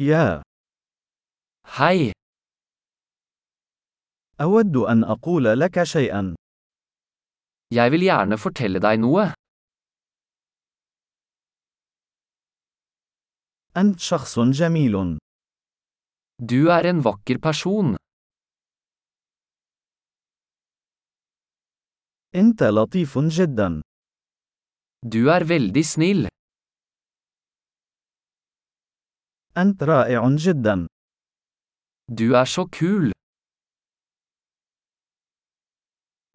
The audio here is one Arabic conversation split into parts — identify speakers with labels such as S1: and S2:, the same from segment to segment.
S1: يا
S2: هاي
S1: أود أن أقول لك شيئا
S2: Jeg vil gjerne fortelle deg noe.
S1: أنت شخص جميل
S2: Du er en vakker person.
S1: أنت لطيف جدا
S2: Du er veldig snill.
S1: أنت رائع جدا
S2: Du er så kul.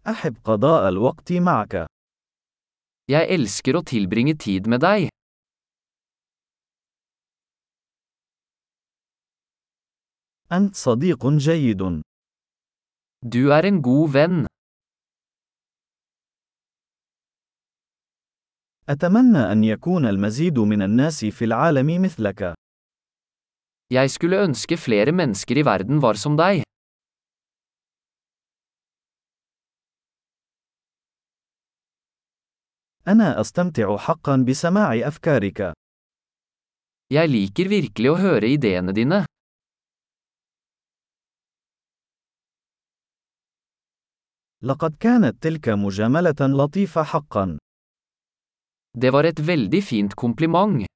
S1: أحب قضاء الوقت معك
S2: Jeg elsker å tilbringe tid med deg.
S1: أنت صديق جيد
S2: Du er en god venn.
S1: أتمنى أن يكون المزيد من الناس في العالم مثلك
S2: Jeg skulle ønske flere mennesker i verden var som deg.
S1: أنا أستمتع حقا بسماع أفكارك
S2: Jeg liker virkelig å høre ideene dine.
S1: لقد كانت تلك مجاملة لطيفة حقا
S2: Det var et veldig fint kompliment.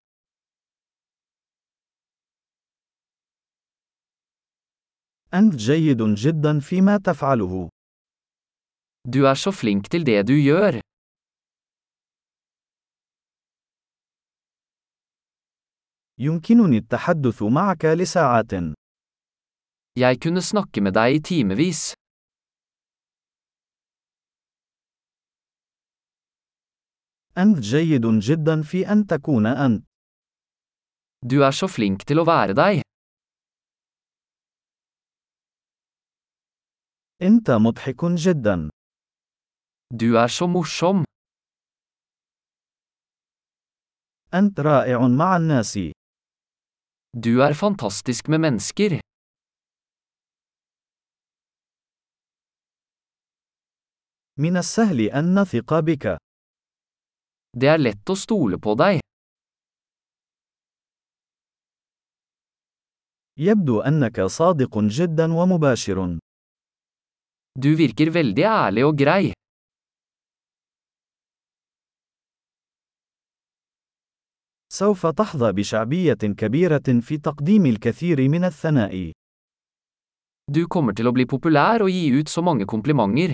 S1: أنت جيد جدا فيما تفعله
S2: Du er så flink til det du gjør.
S1: يمكنني التحدث معك لساعات
S2: Jeg kunne snakke med deg i timevis.
S1: أنت جيد جدا في أن تكون أنت
S2: Du er så flink til å være deg.
S1: أنت مضحك جدا
S2: Du er så morsom.
S1: أنت رائع مع الناس
S2: Du er fantastisk med mennesker.
S1: من السهل أن نثق بك
S2: Det er lett å stole på deg.
S1: يبدو أنك صادق جدا ومباشر
S2: Du virker veldig ærlig og grei.
S1: سوف تحظى بشعبية كبيرة في تقديم الكثير من الثناء
S2: Du kommer til å bli populær og gi ut så mange komplimenter.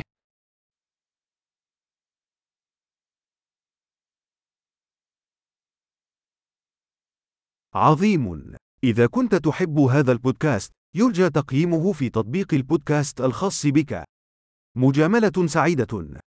S3: عظيم اذا كنت تحب هذا البودكاست يرجى تقييمه في تطبيق البودكاست الخاص بك مجامله سعيده